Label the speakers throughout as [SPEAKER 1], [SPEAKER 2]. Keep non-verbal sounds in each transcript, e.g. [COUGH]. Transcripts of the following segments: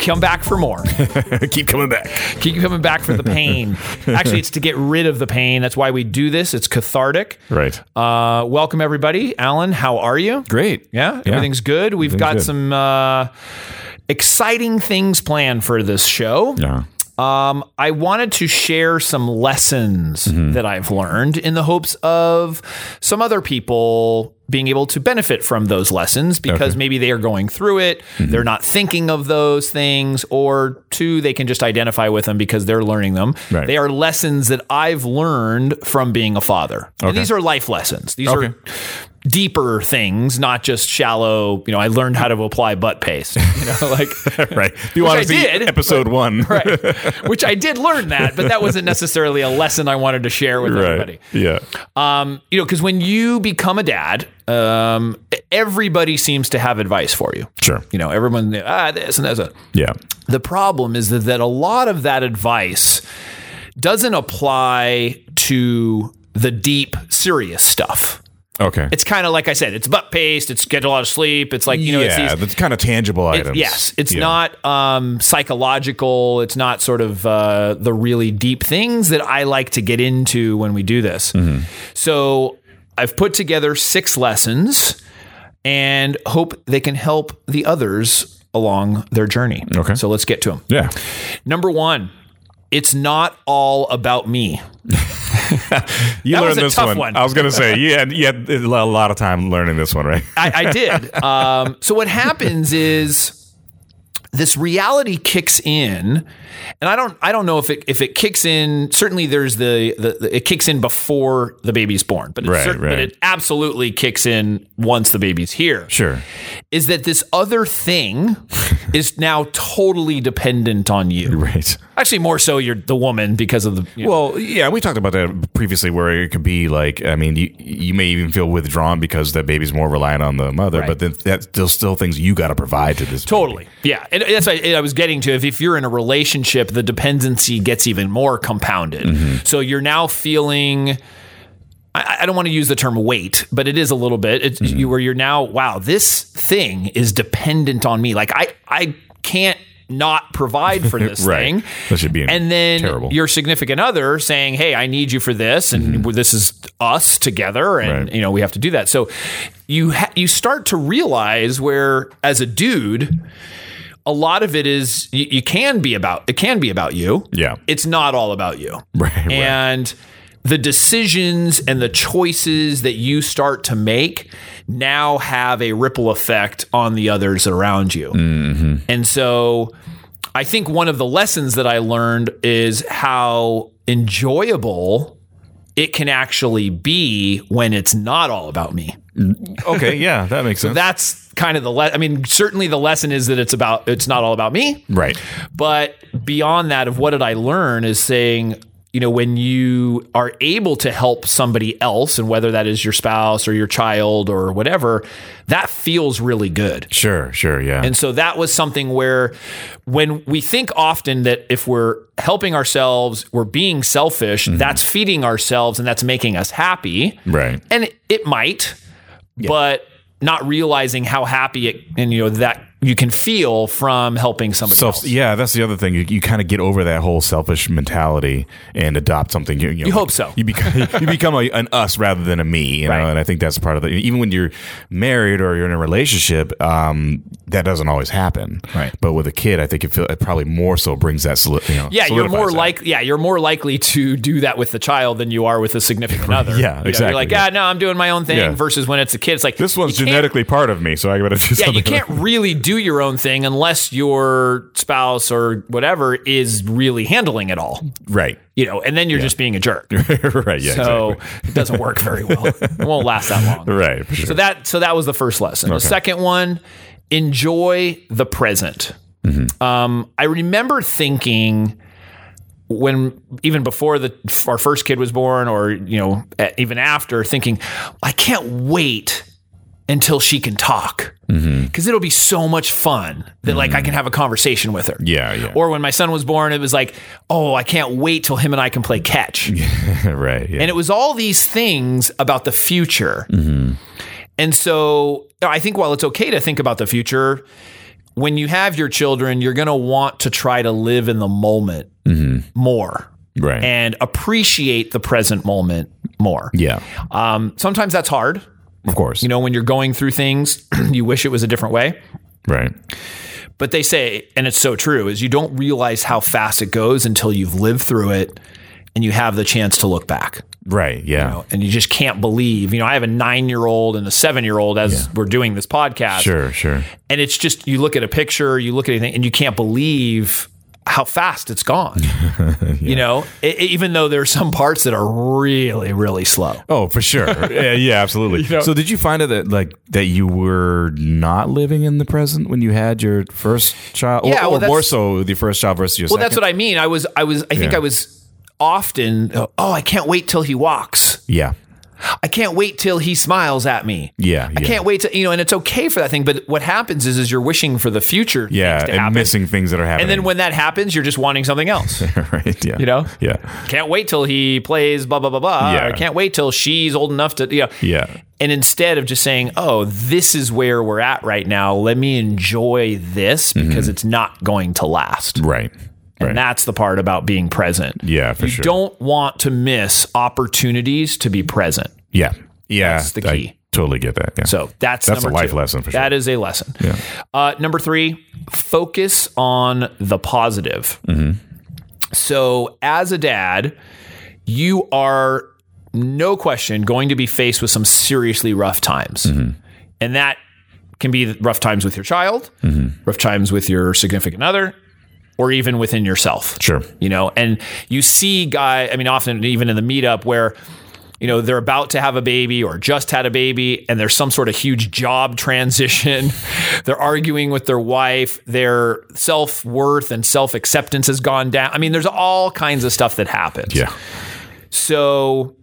[SPEAKER 1] come back for more.
[SPEAKER 2] keep coming back.
[SPEAKER 1] Keep coming back for the [LAUGHS] pain. Actually, it's to get rid of the pain. That's why we do this. It's cathartic.
[SPEAKER 2] Right.
[SPEAKER 1] Uh, welcome everybody. Alan, how are you?
[SPEAKER 2] Great.
[SPEAKER 1] Yeah, everything's good. We've got
[SPEAKER 2] good.
[SPEAKER 1] some uh, exciting things planned for this show.
[SPEAKER 2] Yeah.
[SPEAKER 1] Um, I wanted to share some lessons
[SPEAKER 2] Mm-hmm.
[SPEAKER 1] that I've learned in the hopes of some other people being able to benefit from those lessons because maybe they are going through it,
[SPEAKER 2] Mm-hmm.
[SPEAKER 1] they're not thinking of those things, or two, they can just identify with them because they're learning them.
[SPEAKER 2] Right.
[SPEAKER 1] They are lessons that I've learned from being a father. And these are life lessons. These
[SPEAKER 2] Okay.
[SPEAKER 1] are deeper things, not just shallow, you know, I learned how to apply butt paste.
[SPEAKER 2] [LAUGHS]
[SPEAKER 1] You know, like [LAUGHS]
[SPEAKER 2] Right. If you
[SPEAKER 1] Which
[SPEAKER 2] want
[SPEAKER 1] I
[SPEAKER 2] to see
[SPEAKER 1] did, [LAUGHS]
[SPEAKER 2] episode one.
[SPEAKER 1] right. Which I did learn that, but that wasn't necessarily a lesson I wanted to share with everybody.
[SPEAKER 2] [LAUGHS] Right. Yeah.
[SPEAKER 1] Um, you know, because when you become a dad, um, everybody seems to have advice for you.
[SPEAKER 2] Sure.
[SPEAKER 1] You know, everyone ah this and that's
[SPEAKER 2] Yeah.
[SPEAKER 1] the problem is that, that a lot of that advice doesn't apply to the deep, serious stuff.
[SPEAKER 2] Okay.
[SPEAKER 1] It's kind of like I said, it's butt paste, it's get a lot of sleep, it's like you know, it's
[SPEAKER 2] yeah.
[SPEAKER 1] these
[SPEAKER 2] that's kind of tangible items.
[SPEAKER 1] Yes, it's
[SPEAKER 2] Yeah.
[SPEAKER 1] not um, psychological. It's not sort of uh, the really deep things that I like to get into when we do this.
[SPEAKER 2] Mm-hmm.
[SPEAKER 1] So I've put together six lessons and hope they can help the others along their journey.
[SPEAKER 2] Okay.
[SPEAKER 1] So let's get to them.
[SPEAKER 2] Yeah.
[SPEAKER 1] Number one, it's not all about me.
[SPEAKER 2] You
[SPEAKER 1] That
[SPEAKER 2] learned
[SPEAKER 1] was a
[SPEAKER 2] this
[SPEAKER 1] tough
[SPEAKER 2] one.
[SPEAKER 1] one.
[SPEAKER 2] I was going
[SPEAKER 1] [LAUGHS]
[SPEAKER 2] to say, you had, you had a lot of time learning this one, right?
[SPEAKER 1] I, I did.
[SPEAKER 2] [LAUGHS]
[SPEAKER 1] Um, so what happens is this reality kicks in, and I don't I don't know if it if it kicks in. Certainly, there's the, the, the- it kicks in before the baby's born, but it,
[SPEAKER 2] Right,
[SPEAKER 1] cer- but
[SPEAKER 2] right.
[SPEAKER 1] it absolutely kicks in once the baby's here.
[SPEAKER 2] Sure.
[SPEAKER 1] Is that this other
[SPEAKER 2] [LAUGHS]
[SPEAKER 1] thing is now totally dependent on you?
[SPEAKER 2] Right.
[SPEAKER 1] Actually, more so you're the woman because of the you know,
[SPEAKER 2] Well, yeah, we talked about that previously, where it could be like, I mean, you you may even feel withdrawn because that baby's more reliant on the mother, but then that's still still things you got to provide to this.
[SPEAKER 1] Totally. Yeah. And that's what I I was getting to. If, if you're in a relationship, the dependency gets even more compounded.
[SPEAKER 2] Mm-hmm.
[SPEAKER 1] So you're now feeling. I I don't want to use the term weight, but it is a little bit. It's
[SPEAKER 2] Mm-hmm.
[SPEAKER 1] you where you're now, wow, this thing is dependent on me. Like I I can't not provide
[SPEAKER 2] [LAUGHS]
[SPEAKER 1] for this
[SPEAKER 2] Right.
[SPEAKER 1] thing.
[SPEAKER 2] That should be
[SPEAKER 1] and then
[SPEAKER 2] terrible. Mm-hmm.
[SPEAKER 1] your significant other saying, "Hey, I need you for this, and this is us together, and
[SPEAKER 2] Right.
[SPEAKER 1] you know we have to do that." So you ha- you start to realize where, as a dude, a lot of it is you, you can be about it can be about you.
[SPEAKER 2] Yeah.
[SPEAKER 1] it's not all about you,
[SPEAKER 2] [LAUGHS] Right, right.
[SPEAKER 1] And the decisions and the choices that you start to make now have a ripple effect on the others around you.
[SPEAKER 2] Mm-hmm.
[SPEAKER 1] And so I think one of the lessons that I learned is how enjoyable it can actually be when it's not all about me.
[SPEAKER 2] okay, yeah, that makes sense.
[SPEAKER 1] That's kind of the le- I mean certainly the lesson is that it's about it's not all about me,
[SPEAKER 2] right.
[SPEAKER 1] but beyond that of what did I learn is saying you know when you are able to help somebody else and whether that is your spouse or your child or whatever, that feels really good.
[SPEAKER 2] Sure, sure, yeah.
[SPEAKER 1] And so that was something where when we think often that if we're helping ourselves, we're being selfish, that's feeding ourselves and that's making us happy.
[SPEAKER 2] right.
[SPEAKER 1] And it, it might, but not realizing how happy it and you know that you can feel from helping somebody
[SPEAKER 2] Self,
[SPEAKER 1] else.
[SPEAKER 2] yeah, that's the other thing. You, you kind of get over that whole selfish mentality and adopt something. You, know, like,
[SPEAKER 1] hope so.
[SPEAKER 2] You become [LAUGHS] you become a, an us rather than a me. You know,
[SPEAKER 1] Right.
[SPEAKER 2] and I think that's part of the. Even when you're married or you're in a relationship, um, that doesn't always happen.
[SPEAKER 1] Right.
[SPEAKER 2] But with a kid, I think it, feel, it probably more so brings that. Soli- you know,
[SPEAKER 1] Yeah, you're
[SPEAKER 2] solidifies
[SPEAKER 1] more
[SPEAKER 2] that.
[SPEAKER 1] like yeah, you're more likely to do that with the child than you are with a
[SPEAKER 2] [LAUGHS]
[SPEAKER 1] significant other. You know,
[SPEAKER 2] exactly,
[SPEAKER 1] You're like,
[SPEAKER 2] yeah.
[SPEAKER 1] ah, no, I'm doing my own thing.
[SPEAKER 2] Yeah.
[SPEAKER 1] Versus when it's a kid, it's like
[SPEAKER 2] this one's
[SPEAKER 1] you can't-
[SPEAKER 2] genetically part of me, so I got to do
[SPEAKER 1] Yeah,
[SPEAKER 2] something.
[SPEAKER 1] you can't really do your own thing unless your spouse or whatever is really handling it all,
[SPEAKER 2] [LAUGHS] Right. [LAUGHS]
[SPEAKER 1] you know, and then you're just being a jerk.
[SPEAKER 2] right. Yeah.
[SPEAKER 1] So it doesn't work very well. It won't last that long.
[SPEAKER 2] exactly. [LAUGHS] Right. For sure.
[SPEAKER 1] So that so that was the first lesson. The second one, enjoy the present.
[SPEAKER 2] Mm-hmm.
[SPEAKER 1] Um, I remember thinking when even before the our first kid was born, or you know, e- even after, thinking I can't wait until she can talk because
[SPEAKER 2] Mm-hmm.
[SPEAKER 1] it'll be so much fun that like I can have a conversation with her.
[SPEAKER 2] Yeah, yeah.
[SPEAKER 1] Or when my son was born, it was like, oh, I can't wait till him and I can play catch.
[SPEAKER 2] right. Yeah.
[SPEAKER 1] And it was all these things about the future. And so I think while it's okay to think about the future, when you have your children, you're going to want to try to live in the moment more
[SPEAKER 2] right.
[SPEAKER 1] and appreciate the present moment more.
[SPEAKER 2] yeah.
[SPEAKER 1] Um, sometimes that's hard.
[SPEAKER 2] Of course.
[SPEAKER 1] You know, when you're going through things, [CLEARS THROAT] you wish it was a different way.
[SPEAKER 2] right.
[SPEAKER 1] But they say, and it's so true, is you don't realize how fast it goes until you've lived through it and you have the chance to look back.
[SPEAKER 2] Right. Yeah.
[SPEAKER 1] and you just can't believe. You know, I have a nine year old and a seven year old as we're doing this podcast.
[SPEAKER 2] Sure. Sure.
[SPEAKER 1] And it's just, you look at a picture, you look at anything, and you can't believe how fast it's
[SPEAKER 2] [LAUGHS]
[SPEAKER 1] gone. You know, E- e- even though there are some parts that are really, really slow.
[SPEAKER 2] Oh,
[SPEAKER 1] [LAUGHS]
[SPEAKER 2] for sure. yeah, yeah, absolutely. so, did you find out that like that you were not living in the present when you had your first child, or,
[SPEAKER 1] Yeah, well,
[SPEAKER 2] or more
[SPEAKER 1] that's-
[SPEAKER 2] so with your first child versus your
[SPEAKER 1] Well, that's
[SPEAKER 2] second?
[SPEAKER 1] what I mean. I was, I was, I think
[SPEAKER 2] Yeah.
[SPEAKER 1] I was often, oh, I can't wait till he walks.
[SPEAKER 2] yeah,
[SPEAKER 1] I can't wait till he smiles at me.
[SPEAKER 2] yeah, yeah.
[SPEAKER 1] I can't wait to, you know, and it's okay for that thing. But what happens is, is you're wishing for the future.
[SPEAKER 2] yeah,
[SPEAKER 1] things to
[SPEAKER 2] and
[SPEAKER 1] happen.
[SPEAKER 2] missing things that are
[SPEAKER 1] And
[SPEAKER 2] happening. [LAUGHS]
[SPEAKER 1] then when that happens, you're just wanting something else.
[SPEAKER 2] right? Yeah,
[SPEAKER 1] You know?
[SPEAKER 2] yeah,
[SPEAKER 1] Can't wait till he plays blah blah blah blah.
[SPEAKER 2] Yeah.
[SPEAKER 1] Or can't wait till she's old enough to you know.
[SPEAKER 2] yeah,
[SPEAKER 1] And instead of just saying, "Oh, this is where we're at right now. Let me enjoy this because it's not going to last."
[SPEAKER 2] Mm-hmm. right, right,
[SPEAKER 1] And that's the part about being present.
[SPEAKER 2] yeah, for
[SPEAKER 1] you
[SPEAKER 2] sure.
[SPEAKER 1] don't want to miss opportunities to be present.
[SPEAKER 2] yeah, yeah, that's
[SPEAKER 1] the key.
[SPEAKER 2] totally get that. Yeah.
[SPEAKER 1] So that's
[SPEAKER 2] That's a
[SPEAKER 1] number
[SPEAKER 2] life
[SPEAKER 1] two.
[SPEAKER 2] lesson for sure.
[SPEAKER 1] That is a lesson. Uh, number three, focus on the positive.
[SPEAKER 2] Mm-hmm.
[SPEAKER 1] So as a dad, you are no question going to be faced with some seriously rough times,
[SPEAKER 2] Mm-hmm.
[SPEAKER 1] and that can be rough times with your child,
[SPEAKER 2] Mm-hmm.
[SPEAKER 1] rough times with your significant other, or even within yourself
[SPEAKER 2] sure,
[SPEAKER 1] you know and you see guy i mean often even in the meetup where you know they're about to have a baby or just had a baby and there's some sort of huge job transition [LAUGHS] they're arguing with their wife their self-worth and self-acceptance has gone down i mean there's all kinds of stuff that happens
[SPEAKER 2] yeah,
[SPEAKER 1] so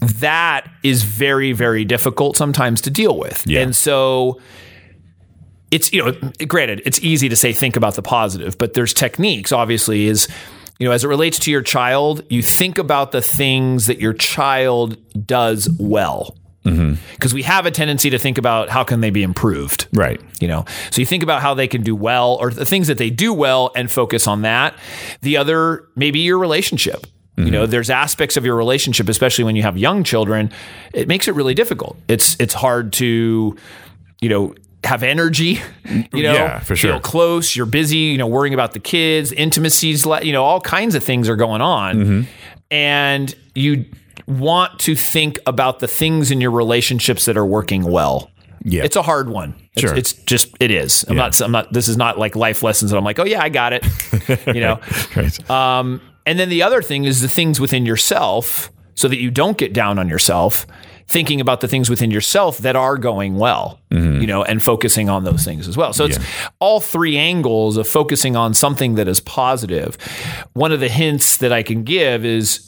[SPEAKER 1] that is very, very difficult sometimes to deal with.
[SPEAKER 2] Yeah.
[SPEAKER 1] And so it's, you know, granted, it's easy to say think about the positive, but there's techniques, obviously, is, you know, as it relates to your child, you think about the things that your child does well. Because we have a tendency to think about how can they be improved
[SPEAKER 2] right, [LAUGHS]
[SPEAKER 1] you know so you think about how they can do well or the things that they do well and focus on that the other maybe your relationship you
[SPEAKER 2] Mm-hmm.
[SPEAKER 1] know there's aspects of your relationship especially when you have young children it makes it really difficult it's it's hard to you know have energy [LAUGHS] you know
[SPEAKER 2] Yeah, for sure.
[SPEAKER 1] feel close you're busy you know worrying about the kids intimacies le- you know all kinds of things are going on
[SPEAKER 2] Mm-hmm.
[SPEAKER 1] and you want to think about the things in your relationships that are working well
[SPEAKER 2] yeah,
[SPEAKER 1] it's a hard one. It's,
[SPEAKER 2] Sure.
[SPEAKER 1] it's just it is. I'm not. I'm not. This is not like life lessons that I'm like, oh yeah, I got
[SPEAKER 2] [LAUGHS]
[SPEAKER 1] it. You know.
[SPEAKER 2] right,
[SPEAKER 1] um, and then the other thing is the things within yourself, so that you don't get down on yourself. Thinking about the things within yourself that are going well,
[SPEAKER 2] Mm-hmm.
[SPEAKER 1] you know, and focusing on those things as well. So it's all three angles of focusing on something that is positive. One of the hints that I can give is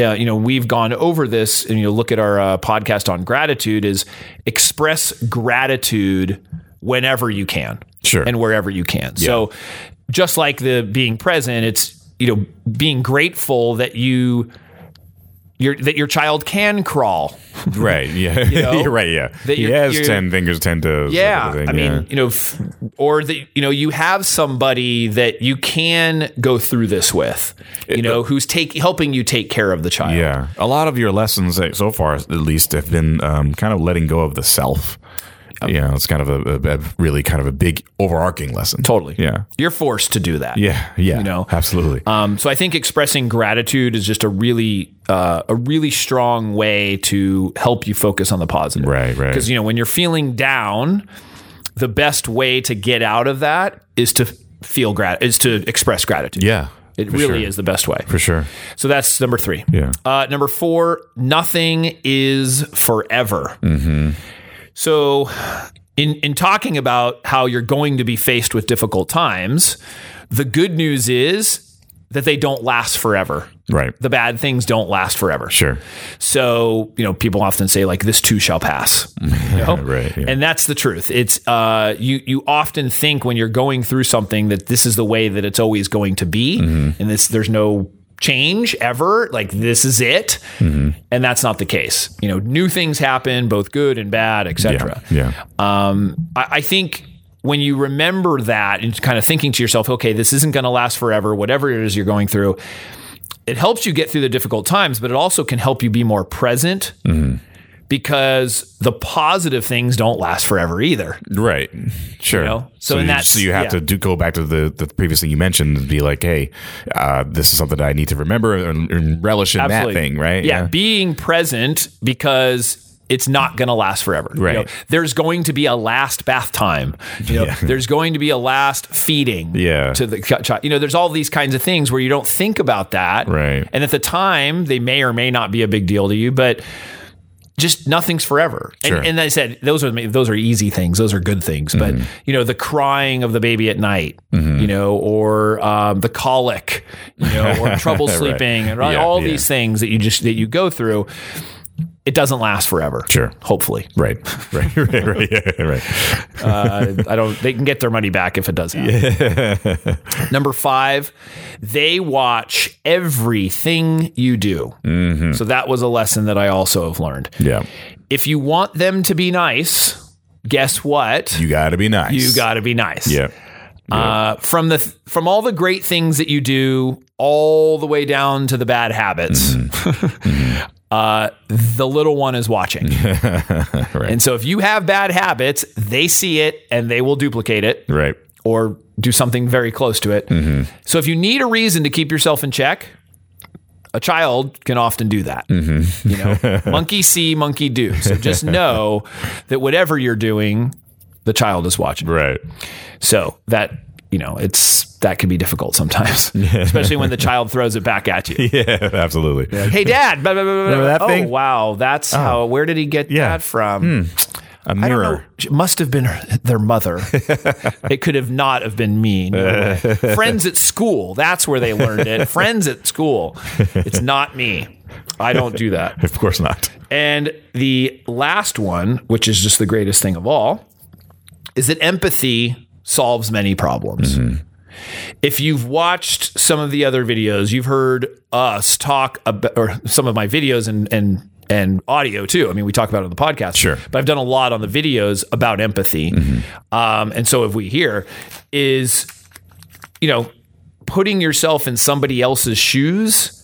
[SPEAKER 1] uh, you know, we've gone over this, and you know, look at our uh, podcast on gratitude is express gratitude whenever you can,
[SPEAKER 2] Sure.
[SPEAKER 1] and wherever you can. So, just like the being present, it's you know, being grateful that you. Your, that your child can crawl.
[SPEAKER 2] right, yeah, [LAUGHS]
[SPEAKER 1] know?
[SPEAKER 2] you're right, yeah.
[SPEAKER 1] That
[SPEAKER 2] He
[SPEAKER 1] you're-
[SPEAKER 2] has
[SPEAKER 1] you're-
[SPEAKER 2] ten fingers, ten toes.
[SPEAKER 1] Yeah,
[SPEAKER 2] sort of
[SPEAKER 1] I
[SPEAKER 2] thing,
[SPEAKER 1] mean,
[SPEAKER 2] yeah.
[SPEAKER 1] you know, f- or that you know, you have somebody that you can go through this with, you know, who's take helping you take care of the child.
[SPEAKER 2] uh, Yeah, a lot of your lessons that- so far, at least, have been um, kind of letting go of the self. you know, it's kind of a, a, a really kind of a big overarching lesson.
[SPEAKER 1] Totally.
[SPEAKER 2] Yeah.
[SPEAKER 1] you're forced to do that.
[SPEAKER 2] Yeah. Yeah. You
[SPEAKER 1] know?
[SPEAKER 2] absolutely.
[SPEAKER 1] Um, so I think expressing gratitude is just a really uh, a really strong way to help you focus on the positive.
[SPEAKER 2] Right, right.
[SPEAKER 1] Because you know when you're feeling down, the best way to get out of that is to feel grat is to express gratitude.
[SPEAKER 2] yeah.
[SPEAKER 1] It
[SPEAKER 2] for
[SPEAKER 1] really
[SPEAKER 2] sure.
[SPEAKER 1] is the best way.
[SPEAKER 2] for sure.
[SPEAKER 1] So that's number three.
[SPEAKER 2] Yeah.
[SPEAKER 1] Uh, number four, nothing is forever. So in in talking about how you're going to be faced with difficult times, the good news is that they don't last forever.
[SPEAKER 2] Right.
[SPEAKER 1] The bad things don't last forever.
[SPEAKER 2] Sure.
[SPEAKER 1] So, you know, people often say like this too shall pass. you know?
[SPEAKER 2] Right, yeah.
[SPEAKER 1] And that's the truth. It's uh you you often think when you're going through something that this is the way that it's always going to be
[SPEAKER 2] Mm-hmm.
[SPEAKER 1] and this there's no change ever, like this is it.
[SPEAKER 2] Mm-hmm.
[SPEAKER 1] And that's not the case. You know, new things happen, both good and bad, etc.
[SPEAKER 2] Yeah. Yeah.
[SPEAKER 1] Um, I, I think when you remember that and kind of thinking to yourself, okay, this isn't going to last forever, whatever it is you're going through, it helps you get through the difficult times, but it also can help you be more present
[SPEAKER 2] Mm-hmm.
[SPEAKER 1] because the positive things don't last forever either.
[SPEAKER 2] Right. Sure.
[SPEAKER 1] know? So
[SPEAKER 2] so,
[SPEAKER 1] in
[SPEAKER 2] you,
[SPEAKER 1] that-
[SPEAKER 2] so you have
[SPEAKER 1] yeah.
[SPEAKER 2] to do go back to the, the previous thing you mentioned and be like, hey, uh, this is something that I need to remember and, and relish in that thing, right?
[SPEAKER 1] Yeah, being present because it's not going to last forever. You
[SPEAKER 2] Right.
[SPEAKER 1] know, there's going to be a last bath time. You know,
[SPEAKER 2] Yeah. [LAUGHS]
[SPEAKER 1] There's going to be a last feeding
[SPEAKER 2] Yeah.
[SPEAKER 1] to the cut child. You know, there's all these kinds of things where you don't think about that.
[SPEAKER 2] Right.
[SPEAKER 1] And at the time, they may or may not be a big deal to you, but just nothing's forever.
[SPEAKER 2] Sure.
[SPEAKER 1] And, and I said those are those are easy things. Those are good things.
[SPEAKER 2] Mm-hmm.
[SPEAKER 1] But you know, the crying of the baby at night, you know, or um, the colic, you know,
[SPEAKER 2] [LAUGHS]
[SPEAKER 1] or trouble sleeping, and all-
[SPEAKER 2] Yeah,
[SPEAKER 1] all
[SPEAKER 2] yeah.
[SPEAKER 1] these things that you just that you go through. It doesn't last forever.
[SPEAKER 2] Sure.
[SPEAKER 1] Hopefully,
[SPEAKER 2] Right. [LAUGHS] Right. Right. Right. Yeah, right.
[SPEAKER 1] uh, I don't. They can get their money back if it does happen.
[SPEAKER 2] [LAUGHS]
[SPEAKER 1] Number five, they watch everything you do.
[SPEAKER 2] Mm-hmm.
[SPEAKER 1] So that was a lesson that I also have learned.
[SPEAKER 2] Yeah.
[SPEAKER 1] If you want them to be nice, guess what?
[SPEAKER 2] You got to be nice.
[SPEAKER 1] You got to be nice.
[SPEAKER 2] Yeah.
[SPEAKER 1] Uh, from the from all the great things that you do, all the way down to the bad habits, [LAUGHS] uh, the little one is watching. And so, if you have bad habits, they see it and they will duplicate it
[SPEAKER 2] Right.
[SPEAKER 1] or do something very close to it. So if you need a reason to keep yourself in check, a child can often do that. You know, monkey see, monkey do. So just know that whatever you're doing, the child is watching.
[SPEAKER 2] Right. [LAUGHS]
[SPEAKER 1] So that you know, it's that can be difficult
[SPEAKER 2] [LAUGHS]
[SPEAKER 1] sometimes, especially when the child throws it back at you.
[SPEAKER 2] Yeah. Absolutely.
[SPEAKER 1] Hey, Dad! blah, blah, blah, blah, blah.
[SPEAKER 2] that
[SPEAKER 1] oh,
[SPEAKER 2] thing? Oh.
[SPEAKER 1] wow, that's how. Where did he get
[SPEAKER 2] Yeah. Hmm.
[SPEAKER 1] that from?
[SPEAKER 2] A
[SPEAKER 1] I don't know.
[SPEAKER 2] mirror.
[SPEAKER 1] It must have been her, their
[SPEAKER 2] [LAUGHS]
[SPEAKER 1] mother. it could have not have been me. no way.
[SPEAKER 2] [LAUGHS]
[SPEAKER 1] Friends at school. That's where they learned it. Friends at school. It's not me. I don't do that.
[SPEAKER 2] Of course not. [LAUGHS]
[SPEAKER 1] And the last one, which is just the greatest thing of all, is that empathy solves many problems.
[SPEAKER 2] Mm-hmm.
[SPEAKER 1] If you've watched some of the other videos, you've heard us talk about, or some of my videos and, and, and audio too. I mean, we talk about it on the podcast.
[SPEAKER 2] Sure. Mm-hmm.
[SPEAKER 1] But I've done a lot on the videos about empathy. Um, and so if we hear, is, you know, putting yourself in somebody else's shoes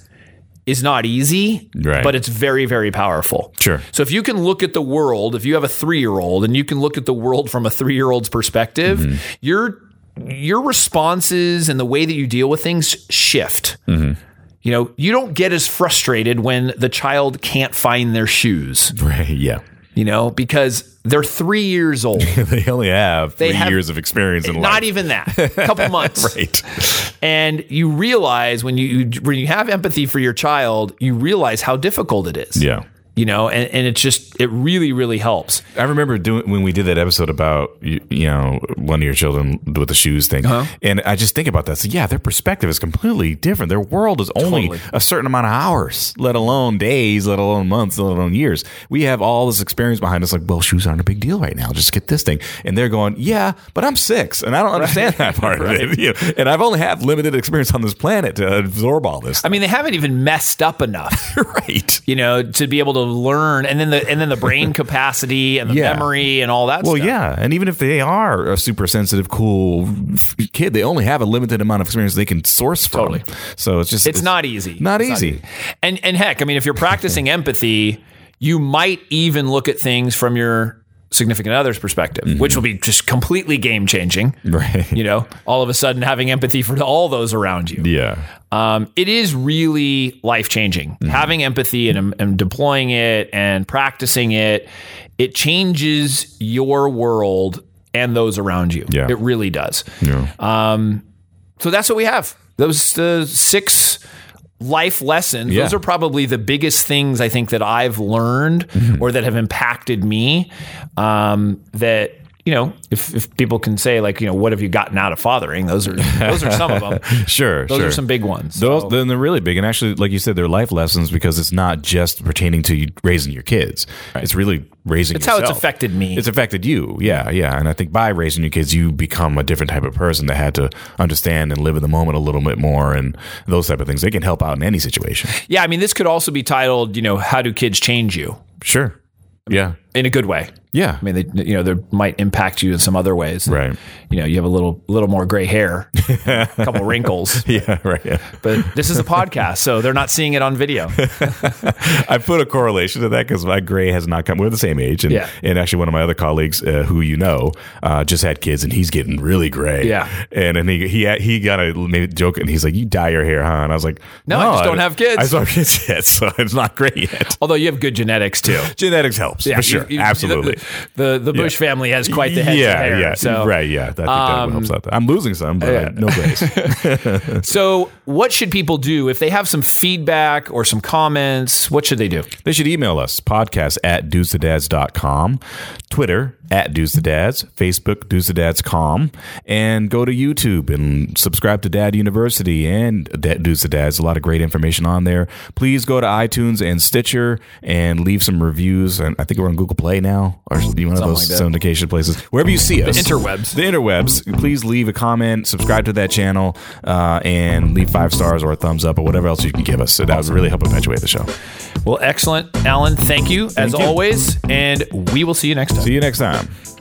[SPEAKER 1] is not easy,
[SPEAKER 2] Right.
[SPEAKER 1] but it's very, very powerful.
[SPEAKER 2] Sure.
[SPEAKER 1] So if you can look at the world, if you have a three year old and you can look at the world from a three year old's perspective,
[SPEAKER 2] Mm-hmm.
[SPEAKER 1] your your responses and the way that you deal with things shift.
[SPEAKER 2] Mm-hmm.
[SPEAKER 1] You know, you don't get as frustrated when the child can't find their shoes,
[SPEAKER 2] Right. Yeah. [LAUGHS]
[SPEAKER 1] you know, because they're three years old.
[SPEAKER 2] They only have three
[SPEAKER 1] have-
[SPEAKER 2] years of experience in
[SPEAKER 1] Not e-
[SPEAKER 2] life.
[SPEAKER 1] even that. A couple months.
[SPEAKER 2] [LAUGHS] right.
[SPEAKER 1] And you realize when you when you have empathy for your child, you realize how difficult it is.
[SPEAKER 2] Yeah.
[SPEAKER 1] You know, and, and it's just it really, really helps.
[SPEAKER 2] I remember doing when we did that episode about you, you know one of your children with the shoes thing, and I just think about that. So yeah, their perspective is completely different. Their world is only
[SPEAKER 1] Totally.
[SPEAKER 2] a certain amount of hours, let alone days, let alone months, let alone years. We have all this experience behind us. Like, well, shoes aren't a big deal right now. Just get this thing, and they're going, yeah, but I'm six, and I don't understand that part of it. You know, and I've only had limited experience on this planet to absorb
[SPEAKER 1] [LAUGHS]
[SPEAKER 2] all this.
[SPEAKER 1] I mean, they haven't even messed up enough,
[SPEAKER 2] right.
[SPEAKER 1] you know, to be able to learn and then the and then the
[SPEAKER 2] [LAUGHS]
[SPEAKER 1] brain capacity and the
[SPEAKER 2] Yeah.
[SPEAKER 1] memory and all that
[SPEAKER 2] Well,
[SPEAKER 1] stuff.
[SPEAKER 2] yeah, and even if they are a super sensitive, cool f- kid, they only have a limited amount of experience they can source from.
[SPEAKER 1] Totally.
[SPEAKER 2] So it's just
[SPEAKER 1] It's not easy.
[SPEAKER 2] Not
[SPEAKER 1] It's
[SPEAKER 2] easy.
[SPEAKER 1] And and heck, I mean, if you're practicing empathy, you might even look at things from your significant other's perspective, which will be just completely game changing.
[SPEAKER 2] Mm-hmm. [LAUGHS] Right.
[SPEAKER 1] You know, all of a sudden having empathy for all those around you.
[SPEAKER 2] Yeah.
[SPEAKER 1] Um, it is really life changing.
[SPEAKER 2] Mm-hmm.
[SPEAKER 1] Having empathy and, um, and deploying it and practicing it, it changes your world and those around you.
[SPEAKER 2] Yeah. Hmm.
[SPEAKER 1] It really does.
[SPEAKER 2] Yeah.
[SPEAKER 1] Uh, So that's what we have. Those uh, six life lessons.
[SPEAKER 2] Yeah.
[SPEAKER 1] Those are probably the biggest things
[SPEAKER 2] Mm-hmm.
[SPEAKER 1] I think that I've learned or that have impacted me. Um, that you know, if, if people can say like, you know, what have you gotten out of fathering? Those are those are some of
[SPEAKER 2] [LAUGHS]
[SPEAKER 1] them.
[SPEAKER 2] Sure,
[SPEAKER 1] Those
[SPEAKER 2] sure.
[SPEAKER 1] are some Oh. big ones.
[SPEAKER 2] Those, then they're really big, and actually, like you said, they're life lessons because it's not just pertaining to you- raising your kids. It's really raising.
[SPEAKER 1] That's how it's
[SPEAKER 2] yourself.
[SPEAKER 1] affected me.
[SPEAKER 2] It's affected you, yeah, yeah. And I think by raising your kids, you become a different type of person that had to understand and live in the moment a little bit more, and those type of things. They can help out in any situation.
[SPEAKER 1] yeah, I mean, this could also be titled, you know, how do kids change you
[SPEAKER 2] Sure. Yeah.
[SPEAKER 1] in a good way?
[SPEAKER 2] Yeah.
[SPEAKER 1] I mean, they, you know, they might impact you in some other ways.
[SPEAKER 2] Right.
[SPEAKER 1] You know, you have a little little more gray [LAUGHS] hair, a couple wrinkles.
[SPEAKER 2] [LAUGHS] Yeah. Right. Yeah.
[SPEAKER 1] But this is a podcast, so they're not seeing it on video.
[SPEAKER 2] I put a correlation to that because my gray has not come. We're the same age, and
[SPEAKER 1] Yeah.
[SPEAKER 2] and actually one of my other colleagues, uh, who you know, uh, just had kids, and he's getting really gray.
[SPEAKER 1] Yeah.
[SPEAKER 2] and and he he had- he got a made a joke, and he's like, "You dye your hair, huh?" And I was like,
[SPEAKER 1] No, I just don't have kids."
[SPEAKER 2] I just don't have kids [LAUGHS] yet, so it's not gray yet.
[SPEAKER 1] Although you have good genetics too.
[SPEAKER 2] Genetics helps for sure,
[SPEAKER 1] you- you-
[SPEAKER 2] absolutely.
[SPEAKER 1] The the, the Bush family has quite the head
[SPEAKER 2] yeah,
[SPEAKER 1] of hair.
[SPEAKER 2] yeah,
[SPEAKER 1] so um,
[SPEAKER 2] right, yeah. I think that helps out. I'm losing some, but like, no grays.
[SPEAKER 1] So, what should people do if they have some feedback or some comments? What should they do?
[SPEAKER 2] They should email us podcast at dudesadads.com, Twitter at dudesadads, Facebook dudesadads.com, and go to YouTube and subscribe to Dad University and Da- Dudes to Dads. A lot of great information on there. Please go to iTunes and Stitcher and leave some reviews. And I think we're on Google Play now or one of those syndication places. Wherever you see us,
[SPEAKER 1] interwebs.
[SPEAKER 2] the interwebs. Please leave a comment, subscribe to that channel, uh, and leave five stars or a thumbs up or whatever else you can give us. So that would really help perpetuate the show.
[SPEAKER 1] Well, excellent, Alan. Thank you as
[SPEAKER 2] you.
[SPEAKER 1] always, and we will see you next time.
[SPEAKER 2] See you next time.